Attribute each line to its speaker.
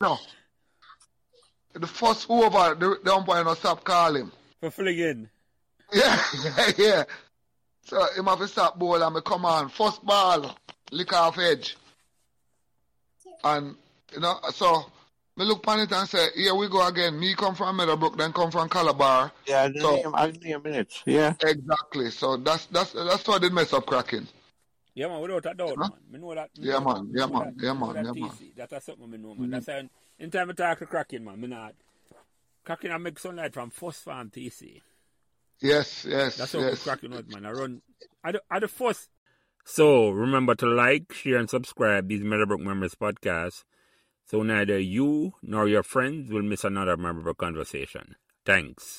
Speaker 1: now. The first over, the, the umpire no stop call him.
Speaker 2: For flinging.
Speaker 1: Yeah, yeah, yeah. So him have to stop ball and me come on. First ball, lick off edge. And you know, so me look pan it and say, Here we go again. Me come from Meadowbrook, then come from Calabar.
Speaker 3: Yeah, I
Speaker 1: So-
Speaker 3: name, I name it. Yeah.
Speaker 1: Exactly. So that's that's that's why they mess up cracking.
Speaker 2: Yeah, man, without a doubt,
Speaker 1: Huh?
Speaker 2: man. Me know that. me
Speaker 1: Yeah,
Speaker 2: know
Speaker 1: man,
Speaker 2: that-
Speaker 1: yeah,
Speaker 2: me know
Speaker 1: man,
Speaker 2: that-
Speaker 1: yeah,
Speaker 2: me
Speaker 1: man,
Speaker 2: know that
Speaker 1: yeah, man. Mm.
Speaker 2: TC. That- That's something I know, man. That's how, anytime I talk to cracking, man, me not. Cracking, I make sunlight from First Farm TC.
Speaker 1: Yes, yes.
Speaker 2: That's how
Speaker 1: yes.
Speaker 2: yes. cracking out, man. I run. I the, I the first. So remember to like, share, and subscribe these Meadowbrook Memories podcasts, so neither you nor your friends will miss another Meadowbrook conversation. Thanks.